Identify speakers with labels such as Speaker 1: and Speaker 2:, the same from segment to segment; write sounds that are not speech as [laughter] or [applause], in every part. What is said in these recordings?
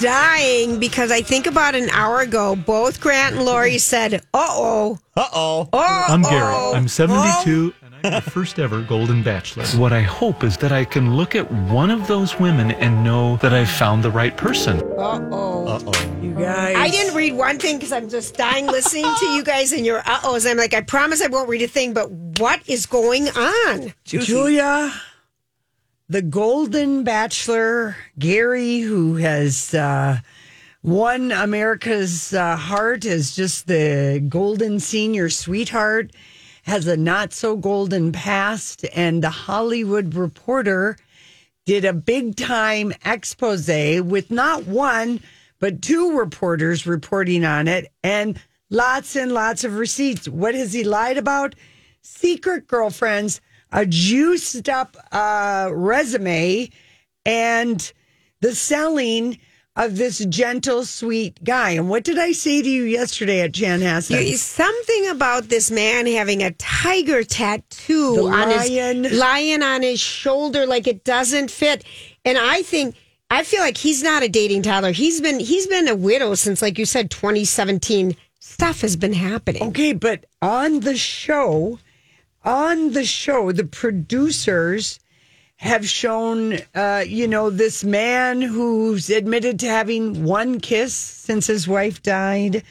Speaker 1: dying because I think about an hour ago, both Grant and Lori said, "Uh oh,
Speaker 2: Uh oh.
Speaker 1: oh."
Speaker 3: I'm Garrett. I'm 72, and I'm the first ever Golden Bachelor. What I hope is that I can look at one of those women and know that I've found the right person.
Speaker 1: Uh oh.
Speaker 2: Uh oh.
Speaker 4: You guys.
Speaker 1: I didn't read one thing because I'm just dying listening to
Speaker 4: [laughs]
Speaker 1: you guys and your uh ohs. I'm like, I promise I won't read a thing, but what is going on?
Speaker 4: Julia, the Golden Bachelor, Gary, who has uh, won America's uh, heart as just the golden senior sweetheart, has a not so golden past, and the Hollywood Reporter did a big time expose with not one but two reporters reporting on it, and lots and lots of receipts. What has he lied about? secret girlfriends, a juiced up uh, resume, and the selling of this gentle, sweet guy. And what did I say to you yesterday at Jan Hassan?
Speaker 1: You- Something about this man having a tiger tattoo
Speaker 4: The
Speaker 1: on his
Speaker 4: lion.
Speaker 1: lion on his shoulder, like it doesn't fit. And I think I feel like he's not a dating toddler. He's been he's been a widow since, like you said, 2017. Stuff has been happening.
Speaker 4: Okay, but on the show, on the show, the producers have shown, uh, you know, this man who's admitted to having one kiss since his wife died.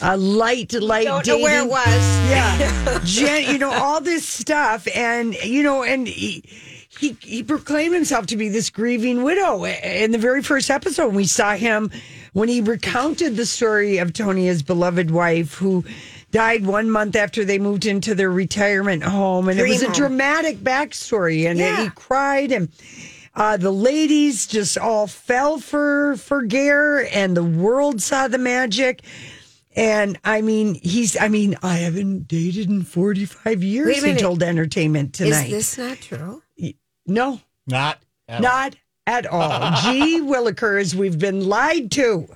Speaker 4: A light, light
Speaker 1: Don't know
Speaker 4: Oh, dating.
Speaker 1: where it was.
Speaker 4: Yeah, Jen, you know all this stuff, and you know, and he, he he proclaimed himself to be this grieving widow. In the very first episode, we saw him when he recounted the story of Tonia's beloved wife, who died one month after they moved into their retirement home, and it was
Speaker 1: Dream
Speaker 4: a
Speaker 1: home.
Speaker 4: dramatic backstory, and
Speaker 1: Yeah.
Speaker 4: he cried and. Uh, the ladies just all fell for for Gare, and the world saw the magic. And I mean, he's. I mean, I haven't dated in forty five
Speaker 1: Wait
Speaker 4: years.
Speaker 1: a
Speaker 4: He
Speaker 1: minute.
Speaker 4: told Entertainment Tonight.
Speaker 1: Is this not true?
Speaker 4: no,
Speaker 2: [laughs] Not. at all.
Speaker 4: not
Speaker 2: [laughs]
Speaker 4: at all. G. Willikers, we've been lied to.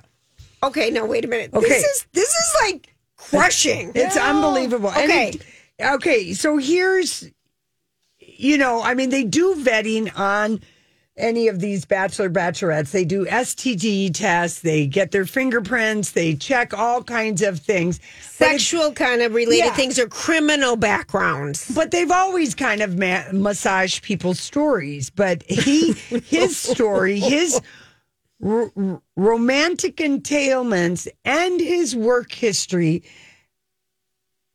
Speaker 1: Okay, no, wait a minute.
Speaker 4: Okay.
Speaker 1: This is this is like crushing.
Speaker 4: It's unbelievable. And
Speaker 1: Okay.
Speaker 4: it- okay. So here's, you know, I mean, they do vetting on any of these bachelor bachelorettes. They do STD E tests. They get their fingerprints. They check all kinds of things. But it's-
Speaker 1: Sexual kind of related
Speaker 4: Yeah.
Speaker 1: things or criminal backgrounds.
Speaker 4: But they've always kind of ma- massaged people's stories. But he, his story, his r- r- romantic entailments, and his work history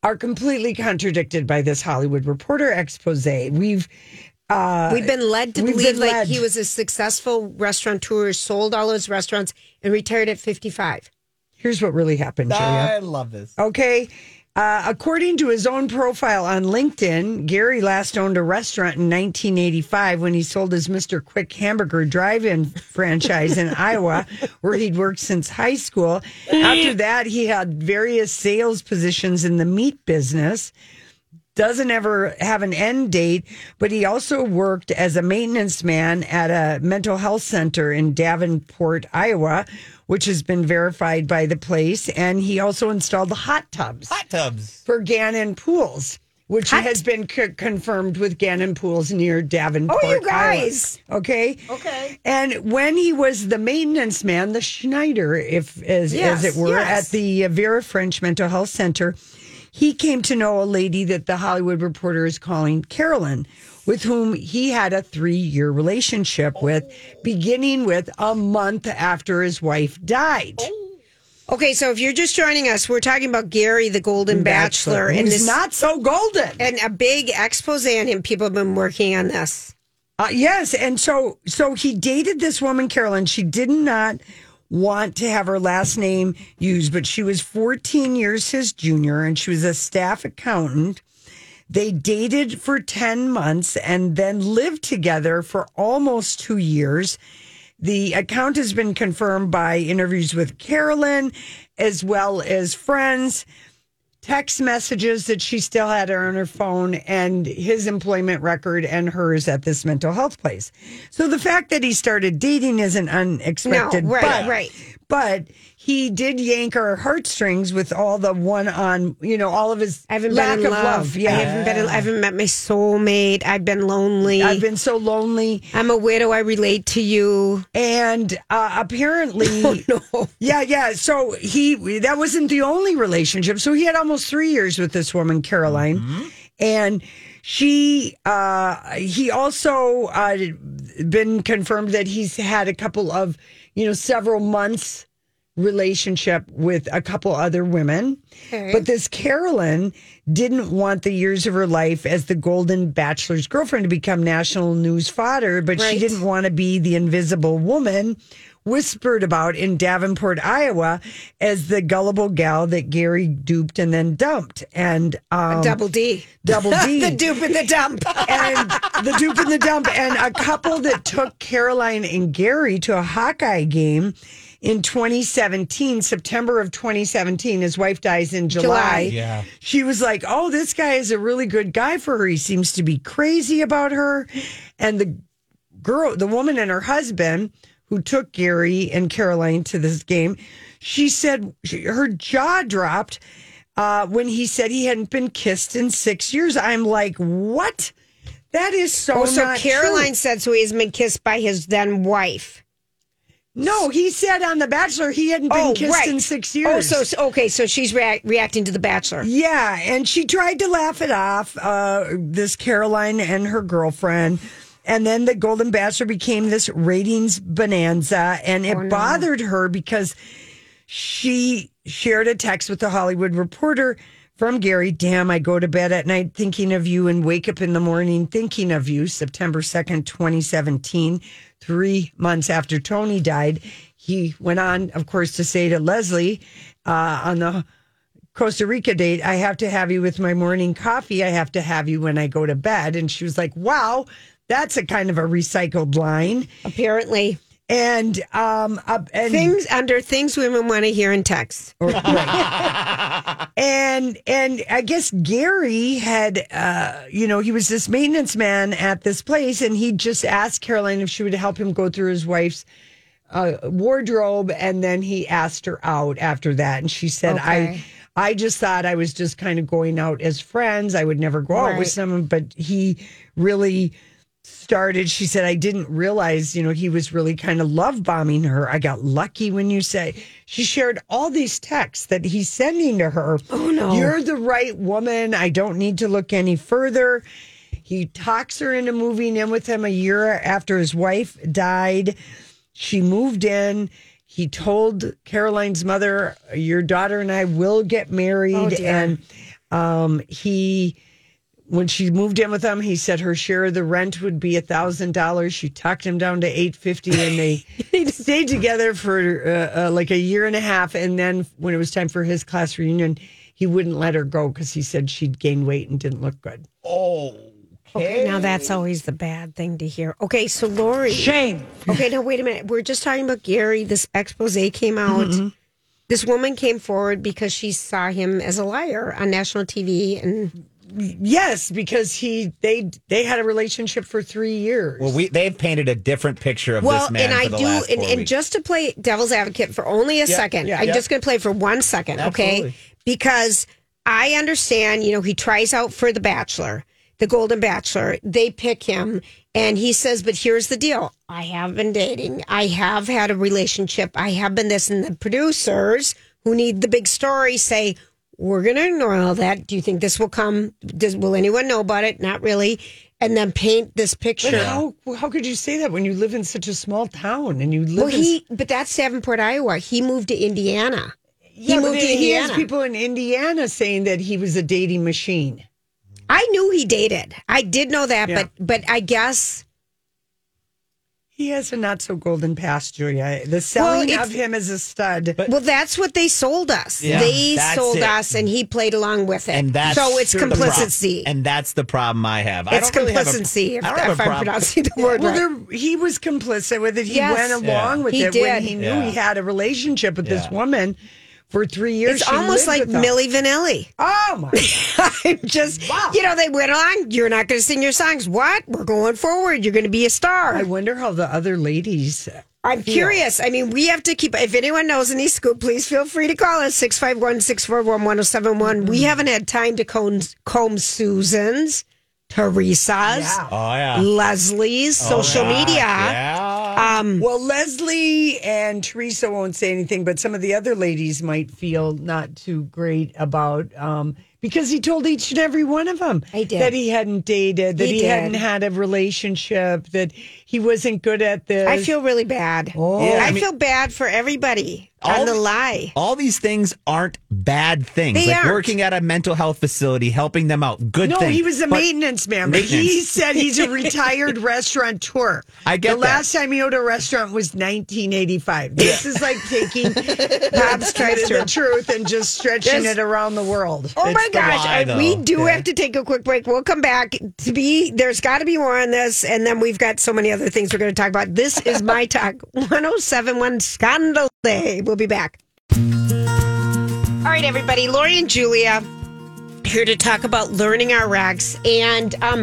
Speaker 4: are completely contradicted by this Hollywood Reporter expose. We've uh,
Speaker 1: We've been led to
Speaker 4: We've
Speaker 1: believe
Speaker 4: been
Speaker 1: like
Speaker 4: led.
Speaker 1: he was a successful restaurateur, sold all his restaurants, and retired at 55.
Speaker 4: here's what really happened, Julia.
Speaker 2: I love this.
Speaker 4: Okay. Uh, according to his own profile on LinkedIn, Gary last owned a restaurant in 1985 when he sold his Mr. Quick Hamburger Drive In franchise in Iowa, where he'd worked since high school. After that, he had various sales positions in the meat business. Doesn't ever have an end date, but he also worked as a maintenance man at a mental health center in Davenport, Iowa, which has been verified by the place. And he also installed the hot tubs
Speaker 2: Hot tubs.
Speaker 4: for Gannon Pools, which
Speaker 1: Hot-
Speaker 4: has been c- confirmed with Gannon Pools near Davenport.
Speaker 1: Oh, you
Speaker 4: Iowa.
Speaker 1: guys.
Speaker 4: Okay.
Speaker 1: Okay.
Speaker 4: And when he was the maintenance man, the Schneider, if as,
Speaker 1: Yes,
Speaker 4: as it were,
Speaker 1: yes.
Speaker 4: at the uh, Vera French Mental Health Center, he came to know a lady that the Hollywood Reporter is calling Carolyn, with whom he had a three-year relationship with, beginning with a month after his wife died.
Speaker 1: Oh. Okay, so if you're just joining us, we're talking about Gary the Golden Bachelor, and
Speaker 4: who's
Speaker 1: this
Speaker 4: not so golden.
Speaker 1: and a big expose on him. People have been working on this.
Speaker 4: Uh, yes, and so so he dated this woman, Carolyn. She did not want to have her last name used, but she was 14 years his junior, and she was a staff accountant. They dated for 10 months and then lived together for almost two years. The account has been confirmed by interviews with Carolyn, as well as friends, text messages that she still had on her phone, and his employment record and hers at this mental health place. So the fact that he started dating isn't unexpected.
Speaker 1: No, right,
Speaker 4: but-
Speaker 1: right.
Speaker 4: But he did yank our heartstrings with all the one on, you know, all of his
Speaker 1: I haven't
Speaker 4: lack
Speaker 1: been in
Speaker 4: of
Speaker 1: love.
Speaker 4: love.
Speaker 1: I
Speaker 4: Yeah.
Speaker 1: haven't been. In, I haven't met my soulmate. I've been lonely.
Speaker 4: I've been so lonely.
Speaker 1: I'm a widow. I relate to you.
Speaker 4: And uh,
Speaker 1: [laughs]
Speaker 4: apparently,
Speaker 1: Oh, No.
Speaker 4: Yeah, yeah. So he that wasn't the only relationship. So he had almost three years with this woman, Caroline,
Speaker 1: Mm-hmm.
Speaker 4: and she uh, he also uh, been confirmed that he's had a couple of you know several months relationship with a couple other women. But this Carolyn didn't want the years of her life as the Golden Bachelor's girlfriend to become national news fodder, but she
Speaker 1: Right.
Speaker 4: didn't want to be the invisible woman whispered about in Davenport, Iowa, as the gullible gal that Gary duped and then dumped. And um,
Speaker 1: Double D.
Speaker 4: double D.
Speaker 1: [laughs] the dupe and the dump.
Speaker 4: [laughs] and the dupe and the dump, and a couple that took Caroline and Gary to a Hawkeye game in 2017, September of 2017. His wife dies in
Speaker 1: July.
Speaker 4: July.
Speaker 2: Yeah.
Speaker 4: She was like, Oh, this guy is a really good guy for her. He seems to be crazy about her. And the girl, the woman and her husband who took Gary and Caroline to this game, she said she, her jaw dropped uh, when he said he hadn't been kissed in six years. I'm like, what? That is
Speaker 1: Oh,
Speaker 4: so.
Speaker 1: so
Speaker 4: not true.
Speaker 1: Caroline said so. He's been kissed by his then wife.
Speaker 4: No, he said on The Bachelor he hadn't been kissed in six years.
Speaker 1: Oh, so so- okay, so she's reac reacting to the Bachelor.
Speaker 4: Yeah, and she tried to laugh it off, uh, this Caroline and her girlfriend. And then the Golden Bachelor became this ratings bonanza, and it bothered her because she shared a text with the Hollywood Reporter from Gary. Damn, I go to bed at night thinking of you and wake up in the morning thinking of you. September 2nd, 2017, three months after Tony died. He went on, of course, to say to Leslie uh, on the Costa Rica date, I have to have you with my morning coffee. I have to have you when I go to bed. And she was like, wow, that's a kind of a recycled line.
Speaker 1: Apparently,
Speaker 4: And, um, up and,
Speaker 1: things under things women want to hear in text.
Speaker 4: or- right. and, and I guess Gary had, uh, you know, he was this maintenance man at this place and he just asked Caroline if she would help him go through his wife's uh, wardrobe. And then he asked her out after that. And she said, I,
Speaker 1: Okay.
Speaker 4: I just thought I was just kind of going out as friends. I would never go out with
Speaker 1: Right.
Speaker 4: someone, but he really started. She said, I didn't realize, you know, he was really kind of love bombing her. I got lucky when you say she shared all these texts that he's sending to her. Oh,
Speaker 1: no.
Speaker 4: You're the right woman. I don't need to look any further. He talks her into moving in with him a year after his wife died. She moved in. He told Caroline's mother, Your daughter and I will get married. and um, he, when she moved in with him, he said her share of the rent would be a $1,000. She talked him down to 850 and they stayed together for uh, uh, like a year and a half. And then when it was time for his class reunion, he wouldn't let her go because he said she'd gained weight and didn't look good.
Speaker 1: Okay, now that's always the bad thing to hear. Okay, so Lori.
Speaker 4: Shame.
Speaker 1: Okay, now wait a minute. We're just talking about Gary. This expose came out. This woman came forward because she saw him as a liar on national TV, and
Speaker 4: Yes, because he they they had a relationship for three years.
Speaker 2: Well, we they've painted a different picture of
Speaker 1: well,
Speaker 2: this man
Speaker 1: and I
Speaker 2: for the
Speaker 1: do,
Speaker 2: last
Speaker 1: and,
Speaker 2: four
Speaker 1: and
Speaker 2: weeks.
Speaker 1: just to play devil's advocate for only a second,
Speaker 2: yeah,
Speaker 1: I'm
Speaker 2: yeah.
Speaker 1: just going to play for one second, okay?
Speaker 2: Absolutely.
Speaker 1: Because I understand, you know, he tries out for the Bachelor, the Golden Bachelor. They pick him, and he says, "But here's the deal: I have been dating, I have had a relationship, I have been this." And the producers who need the big story say, "We're going to ignore all that. Do you think this will come? Does, will anyone know about it? Not really." And then paint this picture.
Speaker 4: But how how could you say that when you live in such a small town and you live?
Speaker 1: Well,
Speaker 4: in,
Speaker 1: he, but that's Davenport, Iowa. He moved to Indiana.
Speaker 4: yeah,
Speaker 1: he
Speaker 4: but
Speaker 1: moved to
Speaker 4: he has
Speaker 1: Indiana.
Speaker 4: people in Indiana saying that he was a dating machine.
Speaker 1: I knew he dated. I did know that,
Speaker 4: Yeah.
Speaker 1: but but I guess
Speaker 4: He has a not so golden past, Julia. The selling
Speaker 1: it's-
Speaker 4: of him as a stud.
Speaker 1: well, that's what they sold us.
Speaker 2: Yeah,
Speaker 1: they
Speaker 2: that's
Speaker 1: sold
Speaker 2: it.
Speaker 1: us, and he played along with it.
Speaker 2: and that's
Speaker 1: so it's
Speaker 2: the problem.
Speaker 1: complicity.
Speaker 2: And that's the problem I have. I
Speaker 1: it's
Speaker 2: don't really have a-
Speaker 1: complicity.
Speaker 2: I don't
Speaker 1: if,
Speaker 2: have
Speaker 1: if
Speaker 2: a
Speaker 1: I'm
Speaker 2: problem.
Speaker 1: pronouncing the word
Speaker 4: well,
Speaker 1: right.
Speaker 4: there, he was complicit with it. He
Speaker 1: Yes.
Speaker 4: went along with
Speaker 1: He
Speaker 4: it
Speaker 1: did.
Speaker 4: when he knew
Speaker 2: Yeah.
Speaker 4: he had a relationship with this
Speaker 2: Yeah.
Speaker 4: woman for three years.
Speaker 1: It's
Speaker 4: She
Speaker 1: almost
Speaker 4: lived
Speaker 1: like
Speaker 4: with him.
Speaker 1: Millie Vanilli. [laughs]
Speaker 4: Oh my!
Speaker 1: I'm just, you know, they went on. You're not going to sing your songs. What? We're going forward. You're going to be a star. [laughs]
Speaker 4: I wonder how the other ladies
Speaker 1: I'm curious. I mean, we have to keep, if anyone knows any scoop, please feel free to call us 651 641 1071.
Speaker 2: Mm-hmm.
Speaker 1: We haven't had time to comb, comb Susan's, Teresa's,
Speaker 2: Oh yeah. Oh,
Speaker 1: Leslie's social media. uh,
Speaker 2: Yeah.
Speaker 1: Mm.
Speaker 4: Well, Leslie and Teresa won't say anything, but some of the other ladies might feel not too great about um, because he told each and every one of them
Speaker 1: I did.
Speaker 4: that he hadn't dated, that
Speaker 1: He
Speaker 4: he,
Speaker 1: did.
Speaker 4: hadn't had a relationship, that he wasn't good at this.
Speaker 1: I feel really bad.
Speaker 4: Oh.
Speaker 1: I, feel bad for everybody on
Speaker 2: All
Speaker 1: the
Speaker 2: the-
Speaker 1: lie.
Speaker 2: All these things aren't bad things.
Speaker 1: They
Speaker 2: like
Speaker 1: aren't.
Speaker 2: working at a mental health facility, helping them out. Good
Speaker 4: no,
Speaker 2: thing.
Speaker 4: he was a
Speaker 2: But
Speaker 4: maintenance man. But he
Speaker 2: Maintenance.
Speaker 4: said he's a
Speaker 2: [laughs]
Speaker 4: retired restaurateur.
Speaker 2: I get
Speaker 4: the
Speaker 2: that.
Speaker 4: last time he owned a restaurant was 1985. This is like
Speaker 2: [laughs]
Speaker 4: taking Bob's
Speaker 1: Drive Thru.
Speaker 4: the truth and just stretching
Speaker 1: Yes.
Speaker 4: it around the world.
Speaker 1: Oh
Speaker 2: It's
Speaker 1: my
Speaker 2: the
Speaker 1: gosh.
Speaker 2: lie,
Speaker 1: I- we
Speaker 2: though.
Speaker 1: do have to take a quick break. We'll come back to be there's got to be more on this and then we've got so many other things we're going to talk about. This is
Speaker 2: [laughs]
Speaker 1: my talk 1071 Scandal Day. We'll be back. All right everybody, Lori and Julia here to talk about learning our recs and um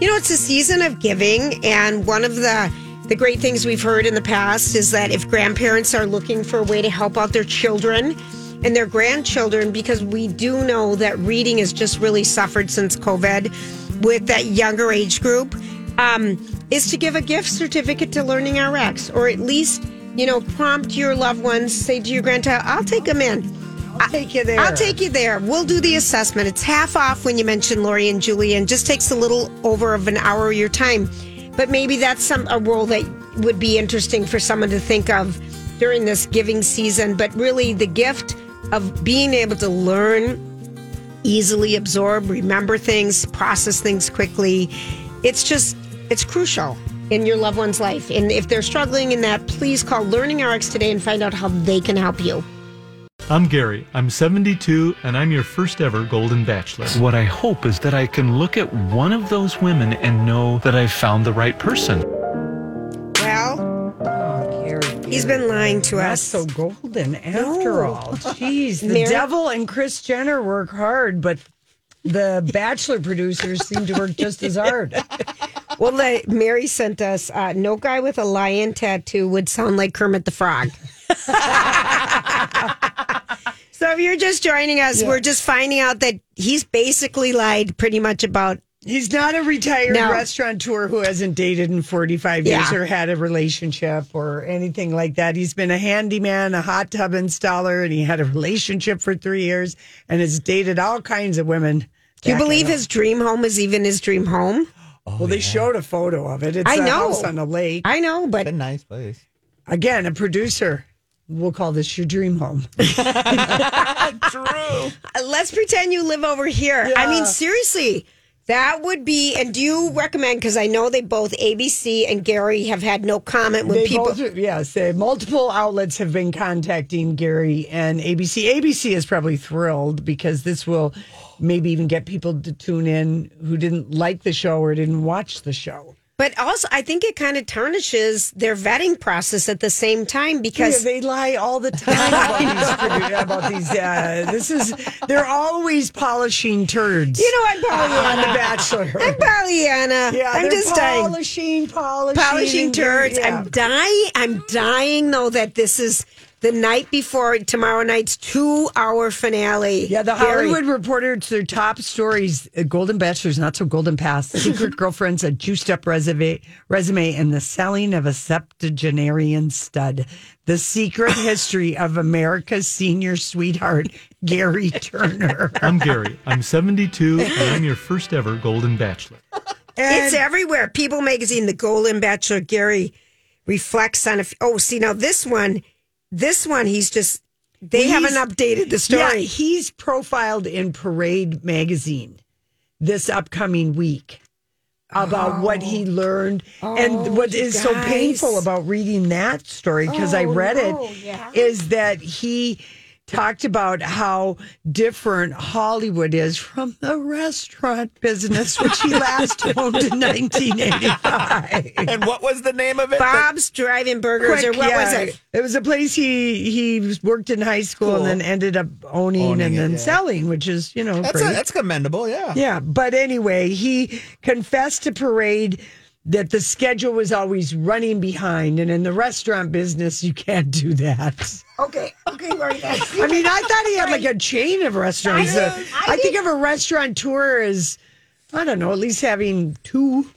Speaker 1: you know it's a season of giving and one of the the great things we've heard in the past is that if grandparents are looking for a way to help out their children and their grandchildren because we do know that reading has just really suffered since covid with that younger age group um, is to give a gift certificate to learning our recs or at least you know prompt your loved ones say to your grandchild i'll take them in
Speaker 4: I'll take you there.
Speaker 1: I'll take you there. We'll do the assessment. It's half off when you mention Lori and Julie, and just takes a little over of an hour of your time. But maybe that's some a role that would be interesting for someone to think of during this giving season. But really, the gift of being able to learn easily absorb, remember things, process things quickly. It's just, it's crucial in your loved one's life. And if they're struggling in that, please call Learning RX today and find out how they can help you.
Speaker 3: I'm Gary. I'm 72 and I'm your first ever Golden Bachelor. What I hope is that I can look at one of those women and know that I've found the right person.
Speaker 1: Well, He's been lying to
Speaker 4: Not
Speaker 1: us.
Speaker 4: so golden after
Speaker 1: No.
Speaker 4: all. Jeez, the
Speaker 1: Mary-
Speaker 4: devil and Chris Jenner work hard, but the Bachelor producers seem to work just as hard.
Speaker 1: well, the, Mary sent us uh, no guy with a lion tattoo would sound like Kermit the Frog. [laughs] so if you're just joining us, we're just finding out that he's basically lied pretty much about
Speaker 4: [laughs] He's not a retired
Speaker 1: No.
Speaker 4: restaurateur who hasn't dated in 45 years
Speaker 1: Yeah.
Speaker 4: or had a relationship or anything like that. He's been a handyman, a hot tub installer, and he had a relationship for three years and has dated all kinds of women.
Speaker 1: Do you
Speaker 4: back in
Speaker 1: believe
Speaker 4: the-
Speaker 1: his dream home is even his dream home?
Speaker 4: Well, they showed a photo of it. It's
Speaker 1: I
Speaker 4: a
Speaker 1: know.
Speaker 4: house on a lake.
Speaker 1: I know,
Speaker 2: It's a
Speaker 1: but
Speaker 2: nice place.
Speaker 4: Again, a producer. We'll call this your dream
Speaker 1: [laughs]
Speaker 4: home.
Speaker 1: Uh, let's pretend you live over here. I mean, seriously, that would be. And do you recommend? Because I know they both ABC and Gary have had no comment when
Speaker 4: They
Speaker 1: people.
Speaker 4: both, yes, they, multiple outlets have been contacting Gary and ABC. ABC is probably thrilled because this will maybe even get people to tune in who didn't like the show or didn't watch the show.
Speaker 1: But also, I think it kind of tarnishes their vetting process at the same time
Speaker 4: Yeah,
Speaker 1: because
Speaker 4: they lie all the time
Speaker 1: [laughs]
Speaker 4: about these. produ- About these uh, this is they're always polishing turds. Oh,
Speaker 1: you know I'm
Speaker 4: on the
Speaker 1: [laughs] Pollyanna.
Speaker 4: Bachelor.
Speaker 1: I'm Pollyanna.
Speaker 4: Ah. yeah,
Speaker 1: I'm
Speaker 4: they're
Speaker 1: just dying.
Speaker 4: polishing, polishing,
Speaker 1: Polishing
Speaker 4: and-
Speaker 1: turds.
Speaker 4: yeah.
Speaker 1: I'm dying. I'm dying though that this is the night before tomorrow night's two-hour finale.
Speaker 4: Yeah, the
Speaker 1: Gary.
Speaker 4: Hollywood Reporter, it's their top stories uh, Golden Bachelor's, Not So Golden [laughs] Past, Secret Girlfriends, A Juiced Up Resume, resume and The Selling of a Septuagenarian Stud. The Secret History of America's Senior Sweetheart, Gary Turner.
Speaker 3: I'm Gary. I'm 72 and I'm your first ever Golden Bachelor.
Speaker 1: It's everywhere. People magazine, the Golden Bachelor, Gary reflects on. If oh, see now this one, this one he's just they
Speaker 4: He's-
Speaker 1: haven't updated the story.
Speaker 4: Yeah, he's profiled in Parade magazine this upcoming week about what he learned and what is so
Speaker 1: Oh. guys. Oh,
Speaker 4: painful about reading that story because I read it is that he talked about how different Hollywood is from the restaurant business which he last
Speaker 1: [laughs]
Speaker 4: owned in 1985.
Speaker 2: And what was the name of it?
Speaker 1: Bob's Driving Burgers, or
Speaker 4: Quick,
Speaker 1: what
Speaker 4: yeah.
Speaker 1: was it?
Speaker 4: was a place he he worked in high school
Speaker 2: Cool.
Speaker 4: and then ended up owning,
Speaker 2: Owning
Speaker 4: and
Speaker 2: it,
Speaker 4: then
Speaker 2: yeah.
Speaker 4: selling, which is you know
Speaker 2: that's, a,
Speaker 4: great.
Speaker 2: that's commendable. Yeah.
Speaker 4: yeah. But anyway, he confessed to parade that the schedule was always running behind. And in the restaurant business, you can't do that.
Speaker 1: Okay, okay, Lori. That's,
Speaker 4: I mean, I thought he had like a chain of restaurants.
Speaker 1: I
Speaker 4: Uh,
Speaker 1: did, I
Speaker 4: I think of a restaurateur as, I don't know, at least having two.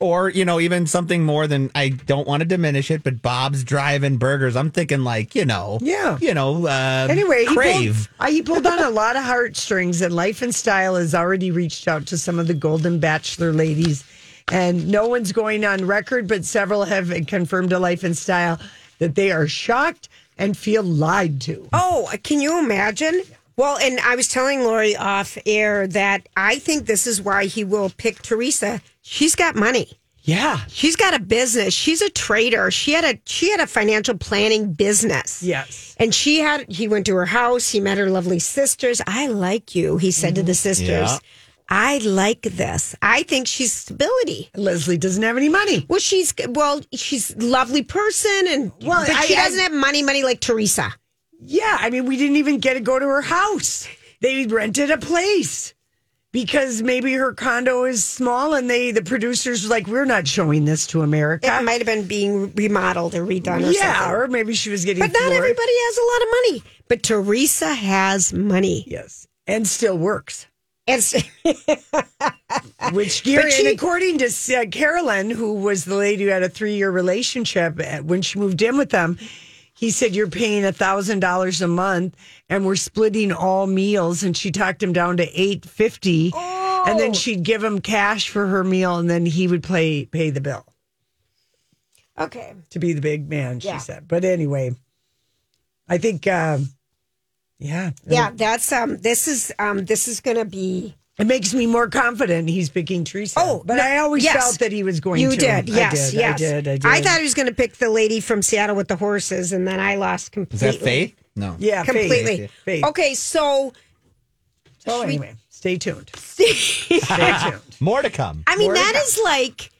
Speaker 2: or you know even something more than I don't want to diminish it, but Bob's Drive-In Burgers. I'm thinking like you know,
Speaker 4: Yeah.
Speaker 2: you know. Uh,
Speaker 4: Anyway, he
Speaker 2: crave.
Speaker 4: Pulled, uh, he pulled on a lot of heartstrings, and Life and Style has already reached out to some of the Golden Bachelor ladies, and no one's going on record, but several have confirmed to Life and Style that they are shocked and feel lied to.
Speaker 1: [laughs] oh, can you imagine? Well, and I was telling Lori off air that I think this is why he will pick Teresa. She's got money.
Speaker 4: Yeah,
Speaker 1: She's got a business. She's a trader. She had a she had a financial planning business.
Speaker 4: yes,
Speaker 1: And she had, he went to her house. He met her lovely sisters. I like you, he said to the sisters.
Speaker 2: Yeah.
Speaker 1: I like this. I think she's stability.
Speaker 4: Leslie doesn't have any money.
Speaker 1: Well, she's well, she's a lovely person, and
Speaker 4: Well,
Speaker 1: well, but she
Speaker 4: I- I-
Speaker 1: doesn't have money, money like Teresa.
Speaker 4: Yeah, I mean, we didn't even get to go to her house. They rented a place because maybe her condo is small, and they the producers were like, "We're not showing this to America."
Speaker 1: It might have been being remodeled or redone, or
Speaker 4: yeah,
Speaker 1: something.
Speaker 4: or maybe she was getting.
Speaker 1: but not
Speaker 4: floored.
Speaker 1: everybody has a lot of money. But Teresa has money,
Speaker 4: Yes, and
Speaker 1: [laughs]
Speaker 4: still works.
Speaker 1: and s-
Speaker 4: Which Gary,
Speaker 1: she-
Speaker 4: and according to uh, Carolyn, who was the lady who had a three-year relationship uh, when she moved in with them, he said, "You're paying a thousand dollars a month, and we're splitting all meals." And she talked him down to eight fifty, and
Speaker 1: Oh.
Speaker 4: then she'd give him cash for her meal, and then he would play pay the bill
Speaker 1: okay,
Speaker 4: to be the big man. She
Speaker 1: Yeah.
Speaker 4: said, but anyway, I think, um, yeah,
Speaker 1: yeah, that's um, this is um, this is gonna be
Speaker 4: It makes me more confident he's picking Teresa.
Speaker 1: Oh,
Speaker 4: but
Speaker 1: no,
Speaker 4: I always
Speaker 1: yes.
Speaker 4: felt that he was going
Speaker 1: you
Speaker 4: to.
Speaker 1: did,
Speaker 4: I
Speaker 1: yes,
Speaker 4: did,
Speaker 1: yes,
Speaker 4: I did. I did.
Speaker 1: thought he was gonna pick the lady from Seattle with the horses, and then I lost
Speaker 2: Is
Speaker 1: completely.
Speaker 2: that faith? No.
Speaker 4: yeah, Faith.
Speaker 1: Completely.
Speaker 4: Faith.
Speaker 1: Okay, so [laughs]
Speaker 4: So
Speaker 1: Should we-
Speaker 4: anyway, stay tuned.
Speaker 1: [laughs]
Speaker 4: Stay tuned.
Speaker 2: More to come.
Speaker 1: I mean
Speaker 4: Word
Speaker 1: that
Speaker 4: up.
Speaker 1: is like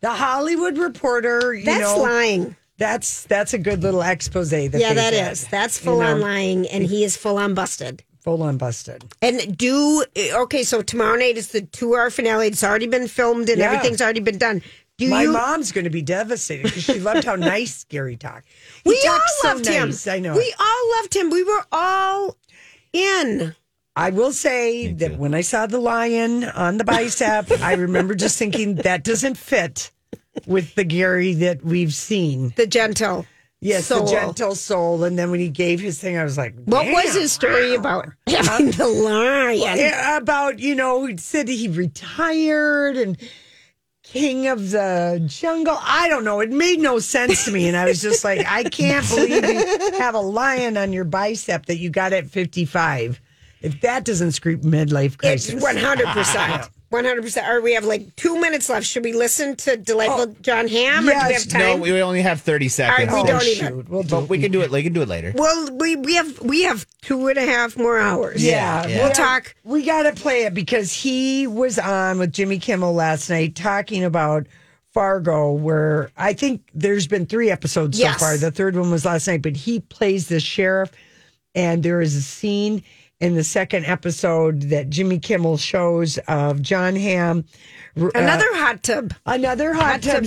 Speaker 4: The Hollywood Reporter. You
Speaker 1: that's
Speaker 4: know,
Speaker 1: lying.
Speaker 4: that's that's a good little expose. That
Speaker 1: Yeah,
Speaker 4: they
Speaker 1: that
Speaker 4: did.
Speaker 1: is. That's full on lying, and he is full on busted.
Speaker 4: Full on busted.
Speaker 1: And do okay. So tomorrow night is the two-hour finale. It's already been filmed, and
Speaker 4: Yeah.
Speaker 1: everything's already been done. Do
Speaker 4: My
Speaker 1: you?
Speaker 4: mom's going to be devastated because she loved how nice Gary talked. He
Speaker 1: we all
Speaker 4: talked so
Speaker 1: loved
Speaker 4: nice,
Speaker 1: him.
Speaker 4: I know.
Speaker 1: We all loved him. We were all in.
Speaker 4: I will say that when I saw the lion on the bicep, I remember just thinking that doesn't fit with the Gary that we've seen.
Speaker 1: The gentle.
Speaker 4: Yes,
Speaker 1: soul.
Speaker 4: the gentle soul. And then when he gave his thing, I was like,
Speaker 1: What
Speaker 4: damn.
Speaker 1: was his story about? Having [laughs] the lion.
Speaker 4: Yeah, about you know he said he retired and king of the jungle. I don't know. It made no sense to me, and I was just like, I can't believe you have a lion on your bicep that you got at fifty five. If that doesn't scream midlife
Speaker 1: It's
Speaker 4: crisis,
Speaker 1: one hundred
Speaker 4: [laughs]
Speaker 1: percent. One hundred percent. Or we have like two minutes left. Should we listen to delightful John Hamm? Or do we
Speaker 4: Oh, Yes.
Speaker 1: have
Speaker 2: No,
Speaker 1: time?
Speaker 2: we only have 30 seconds.
Speaker 1: we
Speaker 4: oh,
Speaker 1: don't
Speaker 4: shoot.
Speaker 1: even-
Speaker 4: Well,
Speaker 2: But we can do it. We can do it later.
Speaker 1: Well, we we have we have two and a half more hours.
Speaker 4: Yeah,
Speaker 2: Yeah.
Speaker 1: we'll talk.
Speaker 4: We got to play it because he was on with Jimmy Kimmel last night talking about Fargo, where I think there's been three episodes
Speaker 1: Yes.
Speaker 4: so far. The third one was last night, but he plays the sheriff, and there is a scene in the second episode that Jimmy Kimmel shows of John Hamm. r- uh,
Speaker 1: Another hot tub.
Speaker 4: Another hot, tub,
Speaker 1: tub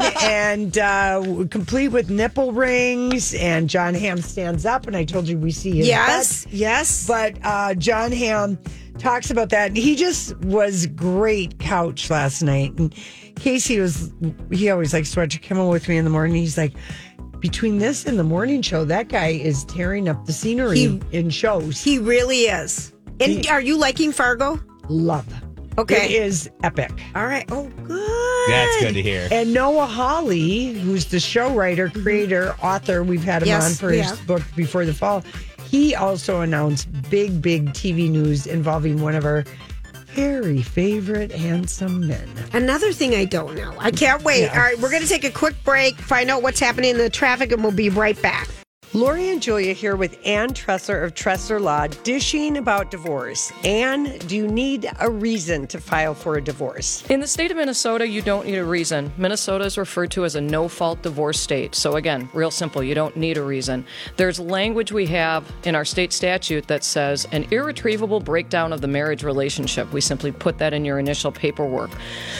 Speaker 1: [laughs] scene.
Speaker 4: and uh, w- complete with nipple rings. And John Hamm stands up, and I told you we see his butt.
Speaker 1: Yes, yes.
Speaker 4: But uh, John Hamm talks about that, and he just was great couch last night. And Casey was, he always likes to watch Kimmel with me in the morning. He's like, between this and the morning show, that guy is tearing up the scenery
Speaker 1: He-
Speaker 4: in shows.
Speaker 1: he really is. And are you liking Fargo?
Speaker 4: Love. It
Speaker 1: Okay.
Speaker 4: is epic.
Speaker 1: All right. Oh, good.
Speaker 2: That's good to hear.
Speaker 4: And Noah Hawley, who's the show writer, creator, author, we've had him
Speaker 1: Yes,
Speaker 4: on for
Speaker 1: we
Speaker 4: his
Speaker 1: have.
Speaker 4: book Before the Fall, he also announced big, big TV news involving one of our very favorite handsome men.
Speaker 1: Another thing I don't know. I can't wait. All right, we're going to take a quick break, find out what's happening in the traffic, and we'll be right back.
Speaker 4: Lori and Julia here with Ann Tresser of Tresser Law dishing about divorce. Ann, do you need a reason to file for a divorce?
Speaker 5: In the state of Minnesota, you don't need a reason. Minnesota is referred to as a no fault divorce state. So, again, real simple, you don't need a reason. There's language we have in our state statute that says an irretrievable breakdown of the marriage relationship. We simply put that in your initial paperwork.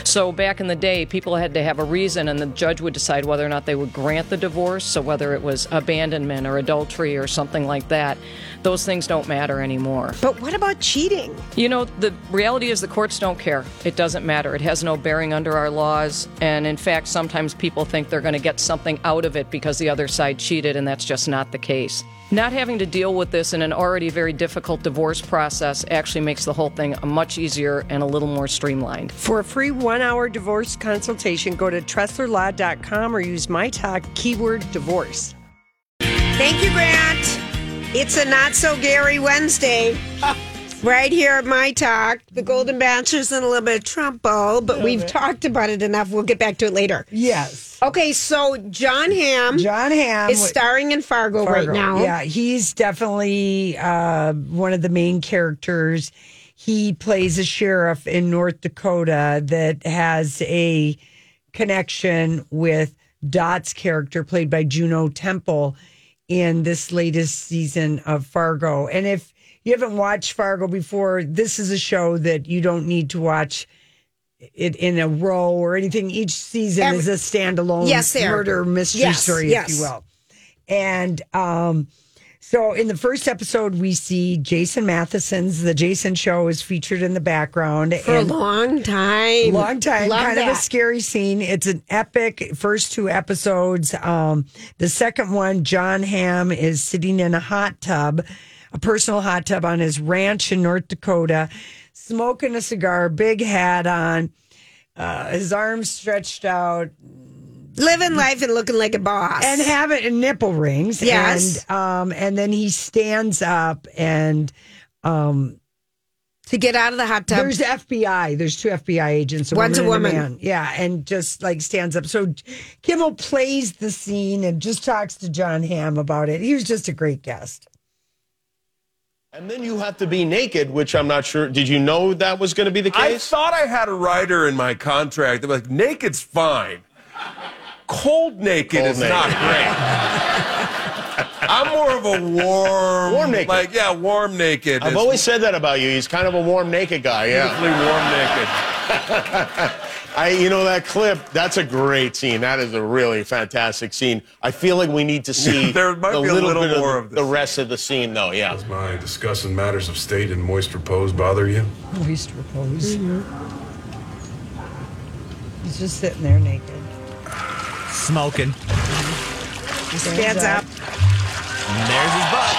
Speaker 5: So, back in the day, people had to have a reason, and the judge would decide whether or not they would grant the divorce. So, whether it was abandonment or adultery or something like that, those things don't matter anymore.
Speaker 1: But what about cheating?
Speaker 5: You know, the reality is the courts don't care. It doesn't matter. It has no bearing under our laws. And in fact, sometimes people think they're going to get something out of it because the other side cheated, and that's just not the case. Not having to deal with this in an already very difficult divorce process actually makes the whole thing much easier and a little more streamlined.
Speaker 4: For a free one hour divorce consultation, go to TresserLaw.com or use my talk keyword divorce.
Speaker 1: Thank you, Grant. It's a not so Gary
Speaker 4: [laughs]
Speaker 1: Wednesday. Right here at my talk, the Golden Bachelors and a little bit of Trumpo, but we've talked about it enough. We'll get back to it later.
Speaker 4: Yes.
Speaker 1: Okay, so John Hamm
Speaker 4: John Hamm
Speaker 1: is starring in Fargo, right now.
Speaker 4: Yeah, he's definitely uh, one of the main characters. He plays a sheriff in North Dakota that has a connection with Dot's character, played by Juno Temple, in this latest season of Fargo. And if you haven't watched Fargo before, this is a show that you don't need to watch it in a row or anything. Each season
Speaker 1: Every-
Speaker 4: is a standalone
Speaker 1: Yes, Sarah.
Speaker 4: murder mystery
Speaker 1: Yes,
Speaker 4: story, if
Speaker 1: yes.
Speaker 4: you will. And um, so in the first episode, we see Jason Matheson's The Jason Show is featured in the background.
Speaker 1: For a
Speaker 4: and-
Speaker 1: long time.
Speaker 4: Long time,
Speaker 1: Love
Speaker 4: kind of a
Speaker 1: that.
Speaker 4: scary scene. It's an epic first two episodes. Um, the second one, John Hamm is sitting in a hot tub, a personal hot tub on his ranch in North Dakota, smoking a cigar, big hat on, uh, his arms stretched out,
Speaker 1: Living life and looking like a boss.
Speaker 4: and have it in nipple rings.
Speaker 1: Yes.
Speaker 4: and, um, and then he stands up and. Um,
Speaker 1: to get out of the hot tub.
Speaker 4: There's FBI. There's two FBI agents. A
Speaker 1: One's a
Speaker 4: woman and
Speaker 1: woman.
Speaker 4: man. Yeah, and just like stands up. So Kimmel plays the scene and just talks to John Hamm about it. He was just a great guest.
Speaker 6: And then you have to be naked, which I'm not sure. Did you know that was going to be the
Speaker 7: I
Speaker 6: case?
Speaker 7: thought I had a rider in my contract. I'm like, naked's fine. Cold naked
Speaker 6: Cold
Speaker 7: is
Speaker 6: naked.
Speaker 7: not great. I'm more of a warm,
Speaker 6: Warm naked.
Speaker 7: Like, yeah, warm naked.
Speaker 6: I've
Speaker 7: is
Speaker 6: always said that about you. He's kind of a warm naked guy. Yeah.
Speaker 7: beautifully warm naked.
Speaker 6: I, you know that clip. That's a great scene. That is a really fantastic scene. I feel like we
Speaker 7: [laughs]
Speaker 6: need to see
Speaker 7: There might
Speaker 6: a
Speaker 7: be a
Speaker 6: little,
Speaker 7: little
Speaker 6: bit
Speaker 7: more
Speaker 6: of,
Speaker 7: of
Speaker 6: the
Speaker 7: this.
Speaker 6: rest of the scene, though. Yeah.
Speaker 8: My discussing matters of state and moist repose bother you?
Speaker 4: Oh, he's to repose.
Speaker 1: Mm-hmm.
Speaker 4: He's just sitting there naked.
Speaker 2: Smoking.
Speaker 1: he stands up.
Speaker 2: And there's his butt.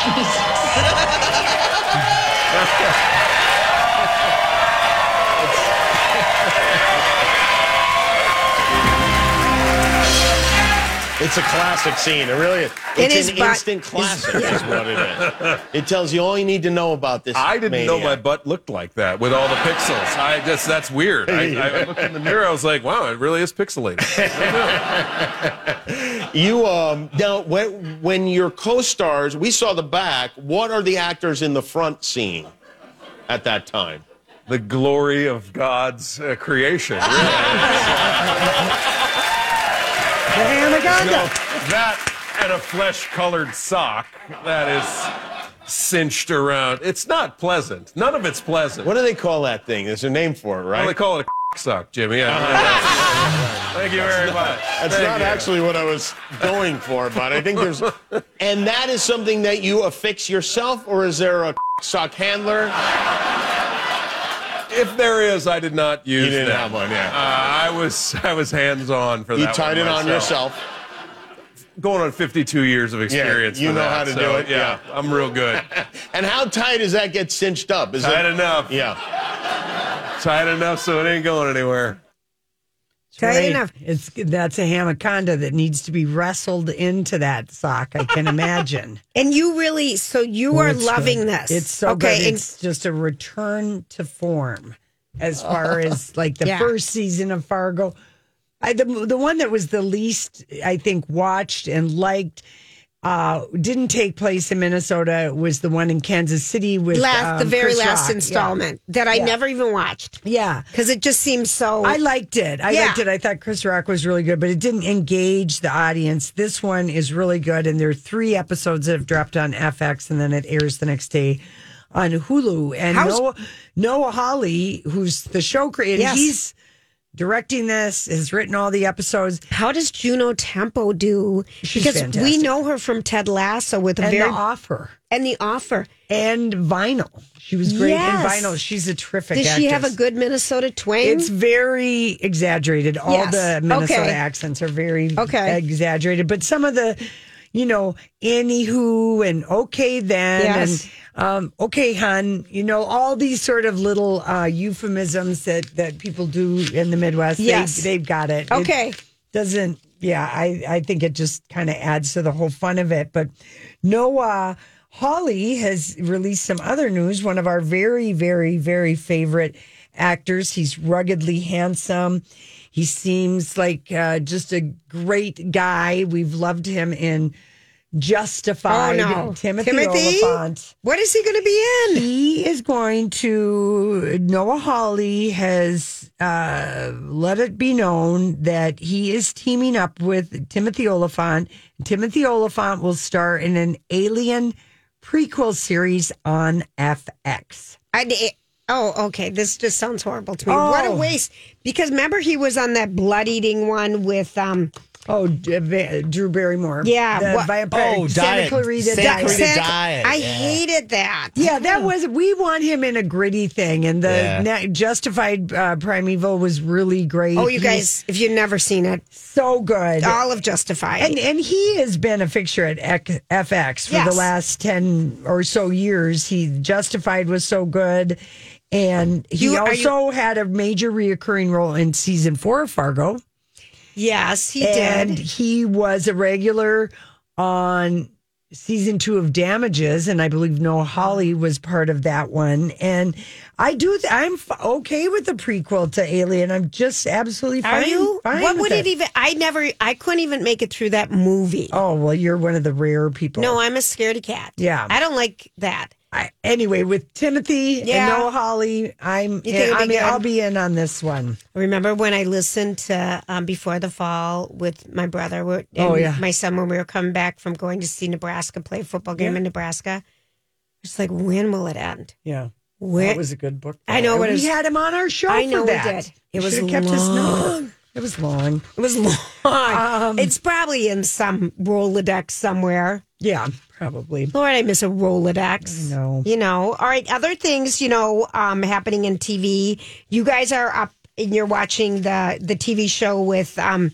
Speaker 6: It's a classic scene. It really is. It's
Speaker 1: is,
Speaker 6: an
Speaker 1: but-
Speaker 6: instant classic, is what it is. It tells you all you need to know about this.
Speaker 7: I didn't know my
Speaker 6: maniac.
Speaker 7: butt looked like that with all the pixels. I just, that's
Speaker 6: [laughs]
Speaker 7: weird. I, I looked in the mirror. I was like, wow, it really is pixelated.
Speaker 6: You um now when when your co-stars, we saw the back. What are the actors in the front scene at that time?
Speaker 7: the glory of God's uh, creation. Really.
Speaker 4: The Anaconda.
Speaker 7: that and a flesh colored sock that is cinched around. It's not pleasant. None of it's pleasant.
Speaker 6: What do they call that thing? There's a name for it,
Speaker 7: Well,
Speaker 6: right?
Speaker 7: they call it a [laughs] sock, Jimmy. Yeah,
Speaker 6: [laughs]
Speaker 7: that's- Thank you very much.
Speaker 6: That's
Speaker 7: Thank
Speaker 6: not
Speaker 7: you.
Speaker 6: actually what I was going for, but I think there's. And that is something that you affix yourself, or is there a sock handler?
Speaker 7: If there is, I did not use
Speaker 6: didn't
Speaker 7: that.
Speaker 6: have one, yeah.
Speaker 7: Uh, I was [laughs] I was hands on for
Speaker 6: You
Speaker 7: that. one
Speaker 6: tied it on
Speaker 7: myself.
Speaker 6: yourself.
Speaker 7: Going on 52 years of experience.
Speaker 6: you
Speaker 7: for
Speaker 6: know
Speaker 7: that,
Speaker 6: how to
Speaker 7: so,
Speaker 6: do it,
Speaker 7: Yeah,
Speaker 6: yeah.
Speaker 7: I'm
Speaker 6: [laughs]
Speaker 7: real good.
Speaker 6: And how tight does that get cinched up? Is
Speaker 7: tight
Speaker 6: it?
Speaker 7: enough.
Speaker 6: Yeah.
Speaker 7: Tight enough so it ain't going anywhere.
Speaker 1: Tight
Speaker 4: Right.
Speaker 1: enough.
Speaker 4: It's that's a Hamaconda that needs to be wrestled into that sock. I can imagine.
Speaker 1: And you really, so you
Speaker 4: Oh,
Speaker 1: are
Speaker 4: it's
Speaker 1: loving
Speaker 4: good.
Speaker 1: this.
Speaker 4: It's so
Speaker 1: okay,
Speaker 4: good.
Speaker 1: and-
Speaker 4: It's just a return to form as
Speaker 1: [laughs]
Speaker 4: far as like the
Speaker 1: Yeah.
Speaker 4: first season of Fargo. I, the the one that was the least I think watched and liked uh, didn't take place in Minnesota. It was the one in Kansas City with
Speaker 1: last the
Speaker 4: um,
Speaker 1: very
Speaker 4: Chris
Speaker 1: last
Speaker 4: Rock. Yeah.
Speaker 1: installment that I never even watched
Speaker 4: Yeah.
Speaker 1: because it just seems so.
Speaker 4: I liked it. I
Speaker 1: Yeah.
Speaker 4: liked it. I thought Chris Rock was really good, but it didn't engage the audience. This one is really good, and there are three episodes that have dropped on FX, and then it airs the next day on Hulu. And
Speaker 1: How's-
Speaker 4: Noah, Noah Hawley, who's the show creator,
Speaker 1: Yes.
Speaker 4: he's directing this, has written all the episodes.
Speaker 1: How does Juno Tempo do?
Speaker 4: She's
Speaker 1: because we
Speaker 4: fantastic.
Speaker 1: know her from Ted Lasso with a
Speaker 4: And
Speaker 1: very
Speaker 4: the offer
Speaker 1: and the offer.
Speaker 4: and vinyl. She was great
Speaker 1: Yes.
Speaker 4: in vinyl. She's a terrific.
Speaker 1: Does she have a
Speaker 4: actress.
Speaker 1: good Minnesota twang?
Speaker 4: It's very exaggerated. All
Speaker 1: Yes.
Speaker 4: the Minnesota
Speaker 1: Okay.
Speaker 4: accents are very
Speaker 1: Okay.
Speaker 4: exaggerated, but some of the, you know, anywho and okay then
Speaker 1: Yes.
Speaker 4: and um, okay hun, you know, all these sort of little uh, euphemisms that that people do in the Midwest.
Speaker 1: Yes.
Speaker 4: they, they've got it. It
Speaker 1: okay.
Speaker 4: doesn't. Yeah, I I think it just kind of adds to the whole fun of it. But Noah. Holly has released some other news. One of our very, very, very favorite actors. He's ruggedly handsome. He seems like uh, just a great guy. We've loved him in Justified.
Speaker 1: Oh, no.
Speaker 4: Timothy,
Speaker 1: Timothy?
Speaker 4: Oliphant.
Speaker 1: What is he going to be in?
Speaker 4: He is going to Noah Hawley has uh, let it be known that he is teaming up with Timothy Oliphant. Timothy Oliphant will star in an Alien prequel series on FX.
Speaker 1: I, it- oh, okay. This just sounds horrible to me.
Speaker 4: Oh.
Speaker 1: What a waste! Because remember, he was on that blood eating one with um
Speaker 4: Oh, D- Va- Drew Barrymore.
Speaker 1: Yeah,
Speaker 4: the
Speaker 1: what-
Speaker 4: vampire
Speaker 2: Oh,
Speaker 4: Santa
Speaker 2: Diet.
Speaker 4: Clarita
Speaker 2: Santa
Speaker 4: Diet.
Speaker 2: Clarita
Speaker 1: Santa-
Speaker 2: Diet,
Speaker 1: I
Speaker 2: yeah.
Speaker 1: hated that.
Speaker 4: Yeah, that was. We want him in a gritty thing, and the
Speaker 2: Yeah.
Speaker 4: na- Justified uh, Primeval was really great.
Speaker 1: Oh, you
Speaker 4: He's [laughs]
Speaker 1: guys, if you've never seen it,
Speaker 4: so good.
Speaker 1: all of Justified.
Speaker 4: And and he has been a fixture at X- FX for
Speaker 1: Yes.
Speaker 4: the last ten or so years. He Justified was so good, and he
Speaker 1: You- are you-
Speaker 4: also had a major reoccurring role in season four of Fargo,
Speaker 1: yes, he
Speaker 4: and
Speaker 1: did.
Speaker 4: he was a regular on season two of Damages, and I believe Noah Hawley was part of that one. And I do, th- I'm f- okay with the prequel to Alien. I'm just absolutely fine.
Speaker 1: Are you?
Speaker 4: fine
Speaker 1: what
Speaker 4: with
Speaker 1: would it even? I never. I couldn't even make it through that movie.
Speaker 4: Oh well, you're one of the rare people.
Speaker 1: No, I'm a scaredy cat.
Speaker 4: Yeah.
Speaker 1: I don't like that.
Speaker 4: I, anyway, with Timothy
Speaker 1: Yeah.
Speaker 4: and Noah Hawley, I'm.
Speaker 1: You think it'll
Speaker 4: I
Speaker 1: be
Speaker 4: mean,
Speaker 1: good?
Speaker 4: I'll be in on this one.
Speaker 1: Remember when I listened to um, Before the Fall with my brother we're- and
Speaker 4: Oh, yeah.
Speaker 1: my son when we were coming back from going to see Nebraska play a football game in Nebraska? It's like, when will it end?
Speaker 4: Yeah,
Speaker 1: When?
Speaker 4: a good book.
Speaker 1: I know
Speaker 4: And
Speaker 1: what it
Speaker 4: we
Speaker 1: is.
Speaker 4: had him on our show.
Speaker 1: I know
Speaker 4: for
Speaker 1: we
Speaker 4: that.
Speaker 1: did. It
Speaker 4: We
Speaker 1: was
Speaker 4: should've kept his
Speaker 1: long.
Speaker 4: number. It was long.
Speaker 1: it was long.
Speaker 4: Um,
Speaker 1: it's probably in some Rolodex somewhere.
Speaker 4: Yeah, probably.
Speaker 1: Lord, I miss a Rolodex.
Speaker 4: I know.
Speaker 1: You know, all right. Other things, you know, um, happening in TV. You guys are up and you're watching the the TV show with um,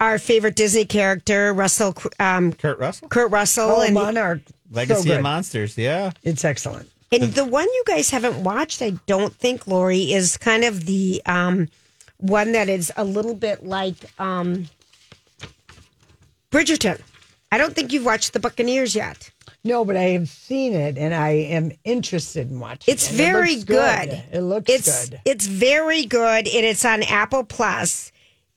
Speaker 1: our favorite Disney character, Russell, um,
Speaker 2: Kurt Russell,
Speaker 1: Kurt Russell,
Speaker 4: Oh,
Speaker 1: and
Speaker 4: Monarch. so
Speaker 2: Legacy
Speaker 4: good.
Speaker 2: of Monsters. Yeah,
Speaker 4: It's excellent.
Speaker 1: and the one you guys haven't watched, I don't think, Lori, is kind of the um, one that is a little bit like um, Bridgerton. I don't think you've watched the Buccaneers yet.
Speaker 4: No, but I have seen it, and I am interested in watching.
Speaker 1: It's
Speaker 4: it. It
Speaker 1: very
Speaker 4: looks
Speaker 1: good.
Speaker 4: It looks
Speaker 1: it's,
Speaker 4: good.
Speaker 1: It's very good, and it's on Apple Plus.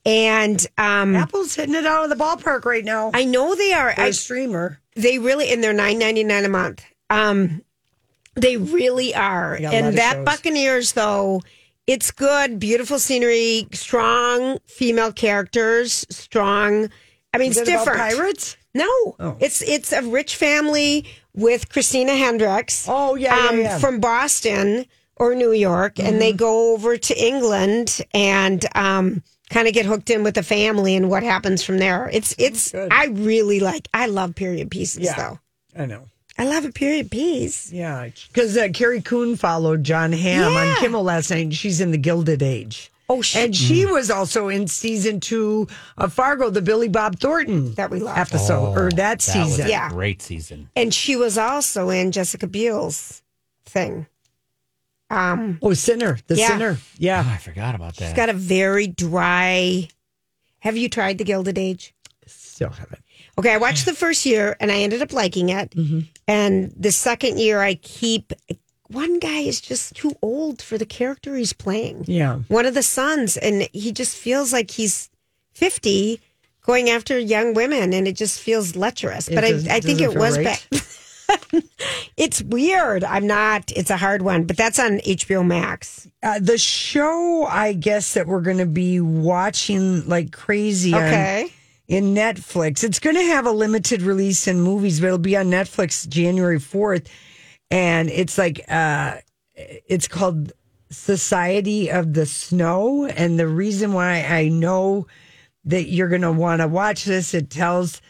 Speaker 1: And um,
Speaker 4: Apple's hitting it out of the ballpark right now.
Speaker 1: I know they are.
Speaker 4: They're
Speaker 1: I,
Speaker 4: a streamer.
Speaker 1: they really, and they're nine ninety nine a month. Um, they really are.
Speaker 4: got a lot of
Speaker 1: And that
Speaker 4: shows.
Speaker 1: Buccaneers, though, it's good. Beautiful scenery, strong female characters, strong. I mean,
Speaker 4: Is
Speaker 1: it's
Speaker 4: it about
Speaker 1: different.
Speaker 4: pirates?
Speaker 1: No,
Speaker 4: Oh.
Speaker 1: it's it's a rich family with Christina Hendricks.
Speaker 4: Oh, yeah, yeah, Mm-hmm.
Speaker 1: um,
Speaker 4: yeah.
Speaker 1: from Boston or New York, and they go over to England and um, kind of get hooked in with the family and what happens from there. It's it's
Speaker 4: Good.
Speaker 1: I really like I love period pieces
Speaker 4: Yeah.
Speaker 1: though.
Speaker 4: I know.
Speaker 1: I love a period piece.
Speaker 4: Yeah, because uh, Carrie Coon followed John Hamm on
Speaker 1: Yeah.
Speaker 4: Kimmel last night. and She's in the Gilded Age.
Speaker 1: Oh, she-
Speaker 4: and she was also in season two of Fargo, the Billy Bob Thornton
Speaker 1: That we love. Oh,
Speaker 4: episode or that, season.
Speaker 1: a Yeah.
Speaker 2: great season.
Speaker 1: And she was also in Jessica Biel's thing. Um,
Speaker 4: Oh, Sinner, the
Speaker 1: Yeah.
Speaker 4: Sinner. Yeah,
Speaker 1: [sighs]
Speaker 2: I forgot about
Speaker 1: she's
Speaker 2: that.
Speaker 1: got a very dry. Have you tried the Gilded Age?
Speaker 4: still have it.
Speaker 1: Okay, I watched the first year and I ended up liking it.
Speaker 4: Mm-hmm.
Speaker 1: And the second year, I keep one guy is just too old for the character he's playing.
Speaker 4: Yeah,
Speaker 1: One of the sons, and he just feels like he's 50 going after young women, and it just feels lecherous.
Speaker 4: It
Speaker 1: but
Speaker 4: does-
Speaker 1: I, I think
Speaker 4: doesn't
Speaker 1: it
Speaker 4: feel
Speaker 1: was
Speaker 4: right.
Speaker 1: back. [laughs] it's weird. I'm not. It's a hard one, but that's on HBO Max.
Speaker 4: Uh, the show, I guess, that we're going to be watching like crazy on-
Speaker 1: Okay.
Speaker 4: in Netflix. It's going to have a limited release in movies, but it'll be on Netflix January 4th. And it's like, uh, it's called Society of the Snow. And the reason why I know that you're going to want to watch this, it tells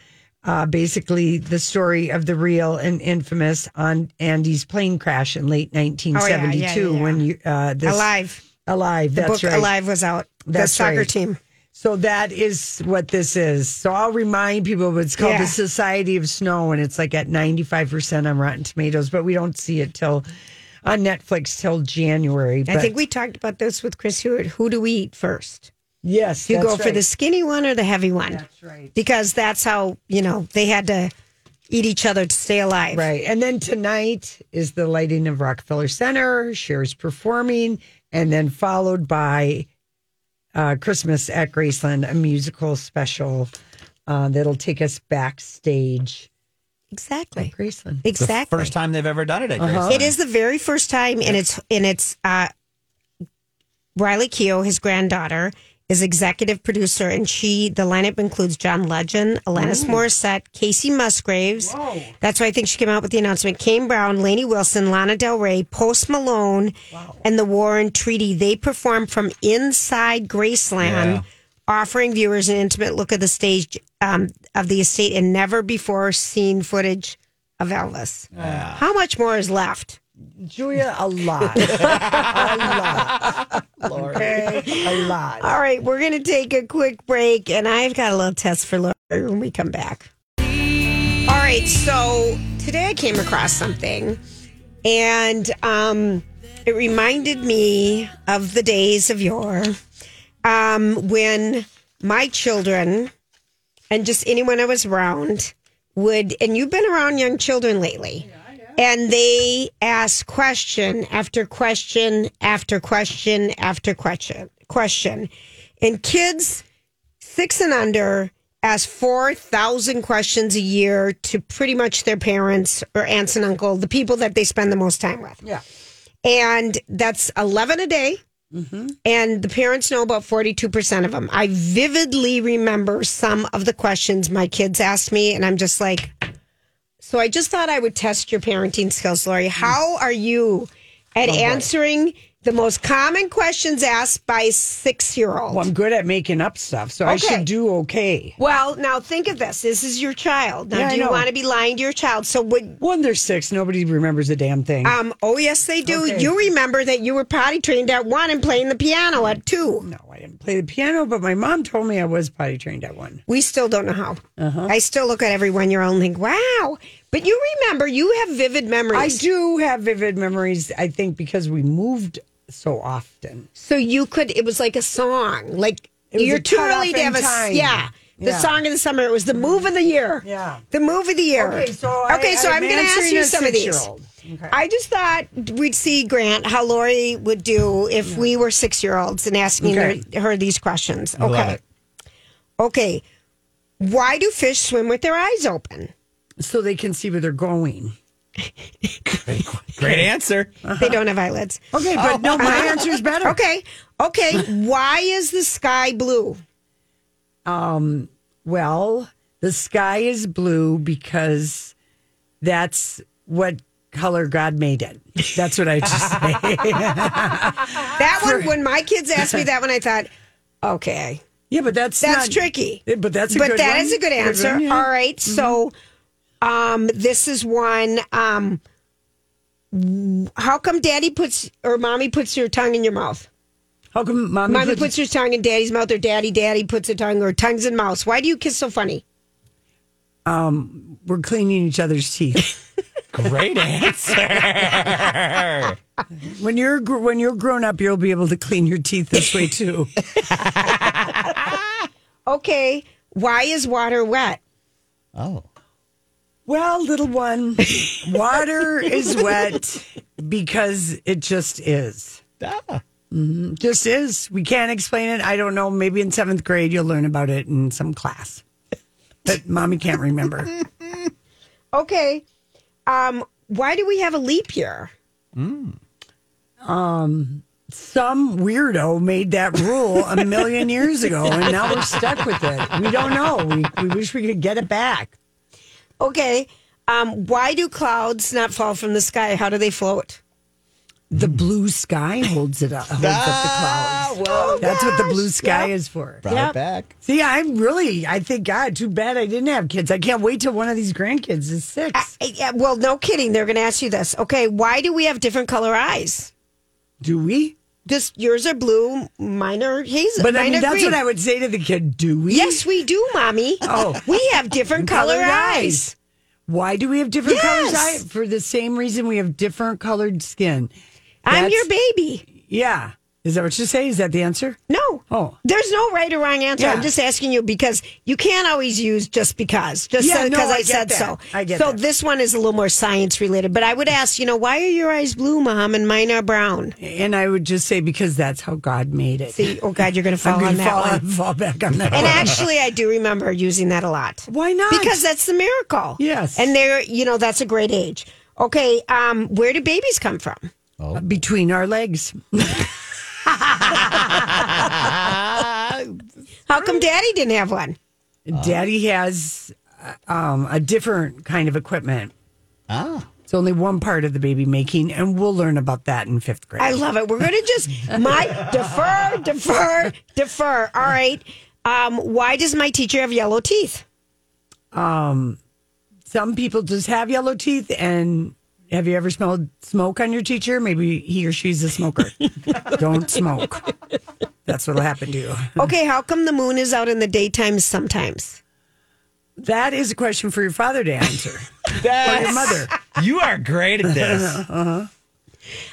Speaker 4: uh, basically the story of the real and infamous on Andy's plane crash in late
Speaker 1: Oh,
Speaker 4: 1972
Speaker 1: yeah, yeah.
Speaker 4: when you, uh, this
Speaker 1: Alive.
Speaker 4: Alive.
Speaker 1: The
Speaker 4: That's
Speaker 1: book
Speaker 4: right.
Speaker 1: Alive was out.
Speaker 4: That's
Speaker 1: the soccer
Speaker 4: right.
Speaker 1: team.
Speaker 4: So that is what this is. So I'll remind people it's called
Speaker 1: Yeah.
Speaker 4: the Society of Snow and it's like at 95% on Rotten Tomatoes, but we don't see it till on Netflix till January.
Speaker 1: I
Speaker 4: but-
Speaker 1: think we talked about this with Chris Hewitt. Who do we eat first?
Speaker 4: yes,
Speaker 1: Do you go
Speaker 4: that's
Speaker 1: for
Speaker 4: right.
Speaker 1: the skinny one or the heavy one?
Speaker 4: That's right.
Speaker 1: Because that's how, you know, they had to eat each other to stay alive.
Speaker 4: Right. And then tonight is the lighting of Rockefeller Center, Cher's performing, and then followed by uh, Christmas at Graceland, a musical special uh, that'll take us backstage at
Speaker 1: Exactly.
Speaker 4: Graceland.
Speaker 2: The
Speaker 1: Exactly.
Speaker 2: first time they've ever done it at Graceland.
Speaker 1: Uh-huh. It is the very first time, and it's and it's uh, Riley Keough, his granddaughter, is executive producer, and she the lineup includes John Legend, Alanis Morissette, Casey Musgraves. That's why I think she came out with the announcement. Kane Brown, Lainey Wilson, Lana Del Rey, Post Malone, and the Warren Treaty. They perform from inside Graceland.
Speaker 2: Yeah.
Speaker 1: Offering viewers an intimate look of the stage um, of the estate and never before seen footage of Elvis. How much more is left?
Speaker 4: Julia, a lot. a lot. Okay? A lot.
Speaker 1: All right, we're going to take a quick break, and I've got a little test for Lori when we come back. All right, so today I came across something, and um, it reminded me of the days of yore um, when my children and just anyone I was around would, and you've been around young children lately. and they ask question after question after question after question question and kids six and under ask 4000 questions a year to pretty much their parents or aunts and uncle the people that they spend the most time with
Speaker 4: Yeah.
Speaker 1: and that's 11 a day and the parents know about 42% of them i vividly remember some of the questions my kids asked me and i'm just like so I just thought I would test your parenting skills, Lori. How are you at answering the most common questions asked by six year
Speaker 4: Well,
Speaker 1: old?
Speaker 4: I'm good at making up stuff, so I
Speaker 1: Okay.
Speaker 4: should do okay.
Speaker 1: Well, now think of this. This is your child. Now,
Speaker 4: Yeah, I
Speaker 1: do you
Speaker 4: know.
Speaker 1: want to be lying to your child? So, would,
Speaker 4: When they're six, nobody remembers a damn thing.
Speaker 1: um, oh, yes, they do.
Speaker 4: Okay.
Speaker 1: You remember that you were potty trained at one and playing the piano at two.
Speaker 4: no, I didn't play the piano, but my mom told me I was potty trained at one.
Speaker 1: We still don't know how.
Speaker 4: Uh-huh.
Speaker 1: I still look at every one year old and think, wow. But you remember, you have vivid memories.
Speaker 4: I do have vivid memories, I think, because we moved so often.
Speaker 1: So you could. It was like a song. Like
Speaker 4: was
Speaker 1: you're
Speaker 4: a
Speaker 1: too
Speaker 4: cut-off
Speaker 1: early to
Speaker 4: in
Speaker 1: have a s-
Speaker 4: time.
Speaker 1: yeah. The
Speaker 4: Yeah.
Speaker 1: song of the summer. It was the move of the year.
Speaker 4: Yeah.
Speaker 1: The move of the year.
Speaker 4: Okay, so I-
Speaker 1: okay, so
Speaker 4: I'm
Speaker 1: I'm, going to ask
Speaker 4: answering
Speaker 1: you
Speaker 4: a
Speaker 1: some of these.
Speaker 4: six-year-old.
Speaker 1: I just thought we'd see Grant how Lori would do if we were six year olds and asking
Speaker 4: Okay.
Speaker 1: her, her these questions. Okay.
Speaker 2: love it.
Speaker 1: Okay. Why do fish swim with their eyes open?
Speaker 4: So they can see where they're going.
Speaker 2: Great
Speaker 1: [laughs]
Speaker 2: answer.
Speaker 1: They don't have eyelids.
Speaker 4: Okay, but no, Uh-huh. [laughs] my answer's better.
Speaker 1: Okay. Okay.
Speaker 4: [laughs]
Speaker 1: Why is the sky blue?
Speaker 4: Well, the sky is blue because that's what color God made it. That's what I
Speaker 1: [laughs]
Speaker 4: just say.
Speaker 1: That one, when my kids asked me that one, I thought, okay,
Speaker 4: Yeah, but that's
Speaker 1: that's
Speaker 4: not-
Speaker 1: tricky.
Speaker 4: Yeah, But that's a
Speaker 1: but
Speaker 4: good
Speaker 1: that
Speaker 4: one.
Speaker 1: is a good answer.
Speaker 4: one, yeah. Mm-hmm.
Speaker 1: All right, so um, this is one. Um, how come daddy puts or mommy puts your tongue in your mouth?
Speaker 4: How come mommy,
Speaker 1: Mommy
Speaker 4: puts
Speaker 1: puts your tongue in daddy's mouth, or daddy, daddy puts a tongue, or tongues in mouths. Why do you kiss so funny?
Speaker 4: we're cleaning each other's teeth.
Speaker 2: [laughs] Great answer.
Speaker 4: [laughs] when you're gr- when you're grown up, you'll be able to clean your teeth this way too.
Speaker 1: Okay, why is water wet?
Speaker 2: oh.
Speaker 4: well, little one, water is wet because it just is. Mm-hmm.
Speaker 2: Ah.
Speaker 4: Just is. We can't explain it. I don't know. Maybe in seventh grade you'll learn about it in some class. but mommy can't
Speaker 2: [laughs]
Speaker 4: remember.
Speaker 1: Okay. Um, why do we have a leap year?
Speaker 4: Some weirdo made that rule
Speaker 1: [laughs]
Speaker 4: a million years ago, and now we're stuck with it. We don't know. We, we wish we could get it back.
Speaker 1: Okay. Um, why do clouds not fall from the sky? How do they float?
Speaker 4: The blue sky holds it up, holds
Speaker 1: Ah,
Speaker 4: up the clouds. That's what
Speaker 1: Oh,
Speaker 4: the blue sky is for.
Speaker 2: Brought it back.
Speaker 4: See, I'm really, I think, God, too bad I didn't have kids. I can't wait till one of these grandkids is six.
Speaker 1: Eh, yeah, well, no kidding. They're going to ask you this. Okay. Why do we have different color eyes?
Speaker 4: Do we?
Speaker 1: This yours are blue, mine are hazel.
Speaker 4: But
Speaker 1: mine
Speaker 4: I mean,
Speaker 1: are
Speaker 4: that's
Speaker 1: green.
Speaker 4: what I would say to the kid. Do we?
Speaker 1: Yes, we do, mommy.
Speaker 4: Oh.
Speaker 1: [laughs] we have different
Speaker 4: [laughs]
Speaker 1: color
Speaker 4: Colored
Speaker 1: eyes.
Speaker 4: Why do we have different colors? I,
Speaker 1: Yes.
Speaker 4: for the same reason we have different colored skin.
Speaker 1: I'm
Speaker 4: That's-
Speaker 1: your baby.
Speaker 4: Yeah. Is that what you say? Is that the answer?
Speaker 1: No.
Speaker 4: Oh.
Speaker 1: There's no right or wrong answer.
Speaker 4: Yeah.
Speaker 1: I'm just asking you because you can't always use just because. Just
Speaker 4: Yeah,
Speaker 1: because
Speaker 4: no, I
Speaker 1: I,
Speaker 4: get
Speaker 1: said
Speaker 4: that.
Speaker 1: so.
Speaker 4: I get
Speaker 1: so
Speaker 4: that.
Speaker 1: this one is a little more science related. But I would ask, you know, why are your eyes blue, mom, and mine are brown?
Speaker 4: And I would just say because that's how God made it.
Speaker 1: See, oh God, you're gonna fall
Speaker 4: I'm
Speaker 1: on
Speaker 4: going to
Speaker 1: that
Speaker 4: fall,
Speaker 1: one.
Speaker 4: [laughs] fall back on that. [laughs]
Speaker 1: And
Speaker 4: one.
Speaker 1: actually, I do remember using that a lot.
Speaker 4: Why not?
Speaker 1: Because that's the miracle.
Speaker 4: Yes.
Speaker 1: And they're, you know, that's a great age. Okay, um, where do babies come from?
Speaker 4: between our legs.
Speaker 1: Oh. How come daddy didn't have one?
Speaker 4: Daddy has uh, um, a different kind of equipment.
Speaker 2: Ah.
Speaker 4: It's only one part of the baby making, and we'll learn about that in fifth grade.
Speaker 1: I love it. We're going to just my defer, defer, defer. All right. Um, why does my teacher have yellow teeth?
Speaker 4: Some people just have yellow teeth, and have you ever smelled smoke on your teacher? Maybe he or she's
Speaker 1: [laughs]
Speaker 4: a smoker. Don't smoke. That's what'll happen to you.
Speaker 1: Okay, how come the moon is out in the daytime sometimes?
Speaker 4: That is a question for your father to answer. or your mother.
Speaker 2: You are great
Speaker 1: [laughs]
Speaker 2: at this.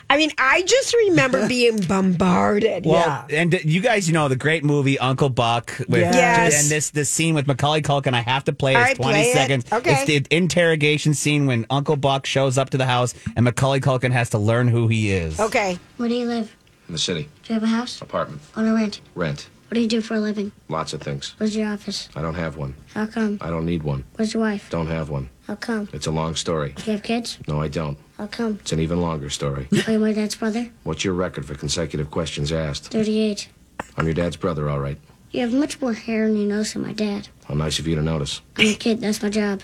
Speaker 1: I mean, I just
Speaker 4: [laughs]
Speaker 1: remember being bombarded.
Speaker 2: Well, and you guys, you know the great movie Uncle Buck with
Speaker 1: Yes.
Speaker 2: and this this scene with Macaulay Culkin. I have to play it.
Speaker 1: All
Speaker 2: It's
Speaker 1: right,
Speaker 2: twenty
Speaker 1: play it.
Speaker 2: seconds.
Speaker 1: Okay.
Speaker 2: It's the interrogation scene when Uncle Buck shows up to the house and Macaulay Culkin has to learn who he is.
Speaker 1: Okay.
Speaker 9: Where do you live?
Speaker 10: In the city.
Speaker 9: Do you have a house?
Speaker 10: Apartment.
Speaker 9: On a rent?
Speaker 10: Rent.
Speaker 9: What do you do for a living?
Speaker 10: Lots of things.
Speaker 9: Where's your office?
Speaker 10: I don't have one.
Speaker 9: How come?
Speaker 10: I don't need one.
Speaker 9: Where's your wife?
Speaker 10: Don't have one.
Speaker 9: How come?
Speaker 10: It's a long story.
Speaker 9: Do you have kids?
Speaker 10: No, I don't.
Speaker 9: How come?
Speaker 10: It's an even longer story.
Speaker 9: Are you my dad's brother?
Speaker 10: What's your record for consecutive questions asked?
Speaker 9: 38.
Speaker 10: I'm your dad's brother, all right.
Speaker 9: You have much more hair on your nose than my dad.
Speaker 10: How nice of you to notice.
Speaker 9: I'm a kid, that's my job.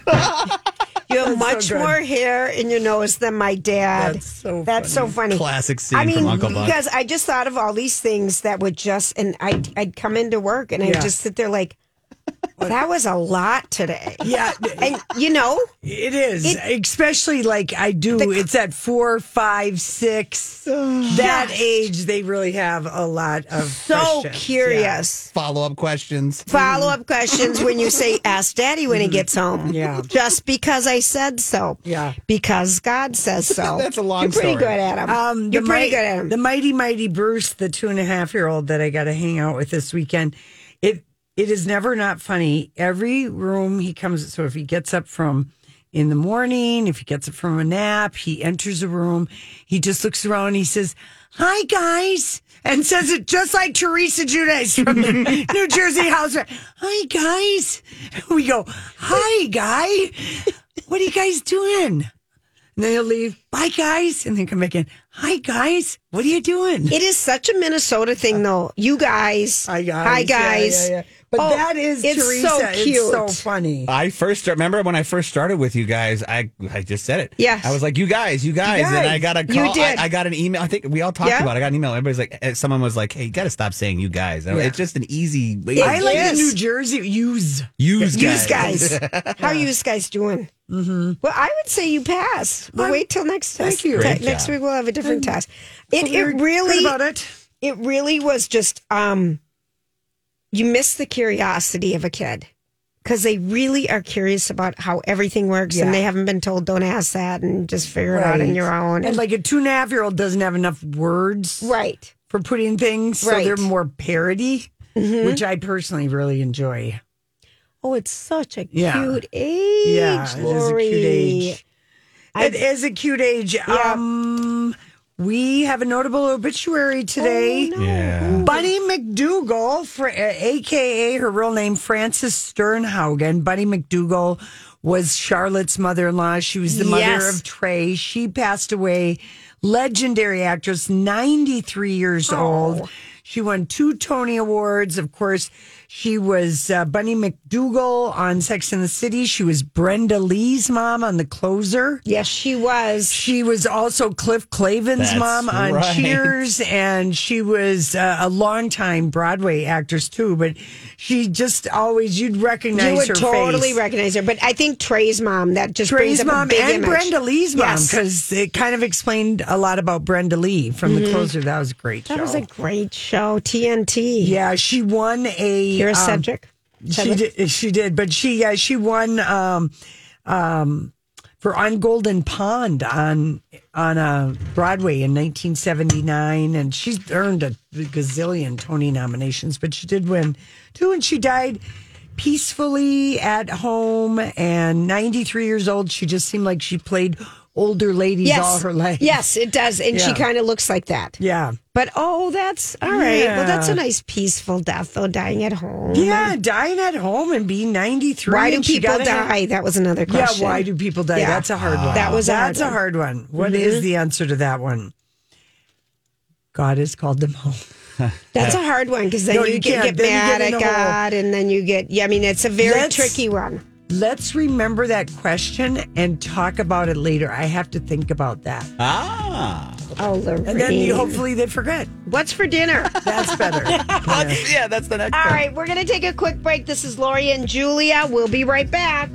Speaker 1: You
Speaker 4: [laughs]
Speaker 1: have much
Speaker 4: good.
Speaker 1: more hair in your nose than my dad.
Speaker 4: That's so
Speaker 1: That's so funny.
Speaker 2: Classic scene
Speaker 1: I mean,
Speaker 2: from Uncle Buck.
Speaker 1: because I just thought of all these things that would just, and I'd, I'd come into work and I'd
Speaker 4: Yeah.
Speaker 1: just sit there like, that was a lot today.
Speaker 4: Yeah,
Speaker 1: And, you know,
Speaker 4: it is. Especially like I do. it's at four, five, six. that age, they really have a lot of.
Speaker 1: so
Speaker 4: questions.
Speaker 1: curious.
Speaker 2: Follow up questions.
Speaker 1: Follow up questions when you say, ask daddy when he gets home.
Speaker 4: Mm-hmm. Yeah.
Speaker 1: Just because I said so.
Speaker 4: Yeah.
Speaker 1: Because God says
Speaker 4: [laughs]
Speaker 1: so.
Speaker 2: That's a long
Speaker 1: You're pretty
Speaker 2: story.
Speaker 1: good at him.
Speaker 4: Um,
Speaker 1: You're
Speaker 4: the
Speaker 1: pretty
Speaker 4: mi-
Speaker 1: good at him.
Speaker 4: The mighty mighty Bruce, the two and a half year old that I got to hang out with this weekend. It it is never not funny. Every room he comes. So if he gets up from in the morning, if he gets up from a nap, he enters a room. He just looks around. And he says, "Hi guys." And says it just like Teresa Judice
Speaker 1: [laughs]
Speaker 4: from the New Jersey House. Hi guys. We go, hi guy. What are you guys doing? And then he'll leave. Bye, guys. And then come back in. Hi, guys. What are you doing?
Speaker 1: It is such a Minnesota thing, though. You guys.
Speaker 4: Hi, guys.
Speaker 1: Hi,
Speaker 4: Yeah,
Speaker 1: guys.
Speaker 4: yeah, yeah. But
Speaker 1: Oh,
Speaker 4: that is
Speaker 1: it's
Speaker 4: Teresa.
Speaker 1: so
Speaker 4: It's so
Speaker 1: cute.
Speaker 4: funny.
Speaker 2: I first remember when I first started with you guys. I I just said it.
Speaker 1: Yes.
Speaker 2: I was like, you guys, you guys, and I got a
Speaker 1: You
Speaker 2: call.
Speaker 1: did.
Speaker 2: I, I got an email. I think we all talked
Speaker 1: Yeah.
Speaker 2: about. it. I got an email. Everybody's like, eh, someone was like, hey, you got to stop saying you guys. And It's just an easy. way
Speaker 4: I
Speaker 2: to
Speaker 4: like
Speaker 1: Yes.
Speaker 4: the New Jersey use.
Speaker 2: use
Speaker 1: Use [laughs] guys. How are you guys doing? Mm-hmm. Well, I would say you pass. But wait till next time.
Speaker 4: Thank you.
Speaker 1: Te-
Speaker 2: Great
Speaker 1: next
Speaker 2: job.
Speaker 1: week we'll have a different test. It, it
Speaker 4: Good
Speaker 1: really
Speaker 4: about it.
Speaker 1: it really was just um you miss the curiosity of a kid because they really are curious about how everything works
Speaker 4: Yeah.
Speaker 1: and they haven't been told don't ask that and just figure it out on
Speaker 4: Right.
Speaker 1: your own.
Speaker 4: And like a two and a half year old doesn't have enough words
Speaker 1: right.
Speaker 4: for putting things,
Speaker 1: Right. Mm-hmm.
Speaker 4: so they're more parody, which I personally really enjoy.
Speaker 1: Oh, it's such a
Speaker 4: Yeah.
Speaker 1: cute age.
Speaker 4: Yeah, it is a cute
Speaker 1: Lori.
Speaker 4: age. It is a cute age. Um, We have a notable obituary
Speaker 1: Oh,
Speaker 4: today.
Speaker 2: Yeah.
Speaker 4: Bunny McDougal, fr- uh, aka her real name Frances Sternhaugen. Bunny McDougal was Charlotte's mother-in-law. She was the mother
Speaker 1: Yes.
Speaker 4: of Trey. She passed away. Legendary actress, 93 years old. She won two Tony Awards. Of course, she was uh, Bunny McDougal on Sex and the City. She was Brenda Lee's mom on The Closer.
Speaker 1: Yes, she was.
Speaker 4: She was also Cliff Clavin's
Speaker 2: That's
Speaker 4: mom on
Speaker 2: right.
Speaker 4: Cheers, and she was uh, a longtime Broadway actress too. But she just always you'd recognize
Speaker 1: you would
Speaker 4: her
Speaker 1: totally
Speaker 4: face.
Speaker 1: recognize her, but I think Trey's mom that just brings
Speaker 4: Trey's
Speaker 1: up a
Speaker 4: mom
Speaker 1: big
Speaker 4: and
Speaker 1: image.
Speaker 4: Brenda Lee's mom
Speaker 1: Yes.
Speaker 4: because it kind of explained a lot about Brenda Lee from the closer. That was a great.
Speaker 1: Mm-hmm. That
Speaker 4: show.
Speaker 1: was a great show, TNT.
Speaker 4: yeah. She won a
Speaker 1: Kira
Speaker 4: um,
Speaker 1: Cedric.
Speaker 4: She did, she did, but she yeah, she won um, um, for on Golden Pond on on uh, Broadway in 1979, and she's earned a gazillion Tony nominations. But she did win two, and she died peacefully at home and 93 years old. She just seemed like she played older ladies
Speaker 1: Yes.
Speaker 4: all her life.
Speaker 1: Yes, it does. And she
Speaker 4: Yeah.
Speaker 1: kind of looks like that.
Speaker 4: yeah.
Speaker 1: But oh, that's all right. Well, that's a
Speaker 4: Yeah.
Speaker 1: nice peaceful death, though, dying at home.
Speaker 4: Yeah, dying at home and being 93.
Speaker 1: Why do
Speaker 4: and she
Speaker 1: people
Speaker 4: got in a-
Speaker 1: die? that was another question.
Speaker 4: Yeah, why do people die?
Speaker 1: Yeah.
Speaker 4: That's a hard one.
Speaker 1: That was a hard
Speaker 4: that's a
Speaker 1: one. Mm-hmm.
Speaker 4: hard one. What is the answer to that one? God has called them home.
Speaker 1: That's a hard one because then
Speaker 4: No,
Speaker 1: you,
Speaker 4: you
Speaker 1: get,
Speaker 4: can't.
Speaker 1: get
Speaker 4: Then you
Speaker 1: mad
Speaker 4: get in
Speaker 1: at
Speaker 4: a hole.
Speaker 1: God, and then you get. Yeah, I mean, it's a very
Speaker 4: Let's-
Speaker 1: tricky one.
Speaker 4: Let's remember that question and talk about it later. I have to think about that,
Speaker 2: [laughs] Ah.
Speaker 1: Oh, Lorraine.
Speaker 4: and then you, hopefully they forget.
Speaker 1: What's for
Speaker 4: [laughs]
Speaker 1: dinner? [laughs]
Speaker 4: That's better.
Speaker 2: That's, yeah, that's the next
Speaker 1: All
Speaker 2: one.
Speaker 1: right, we're going to take a quick break. This is Lori and Julia. We'll be right back.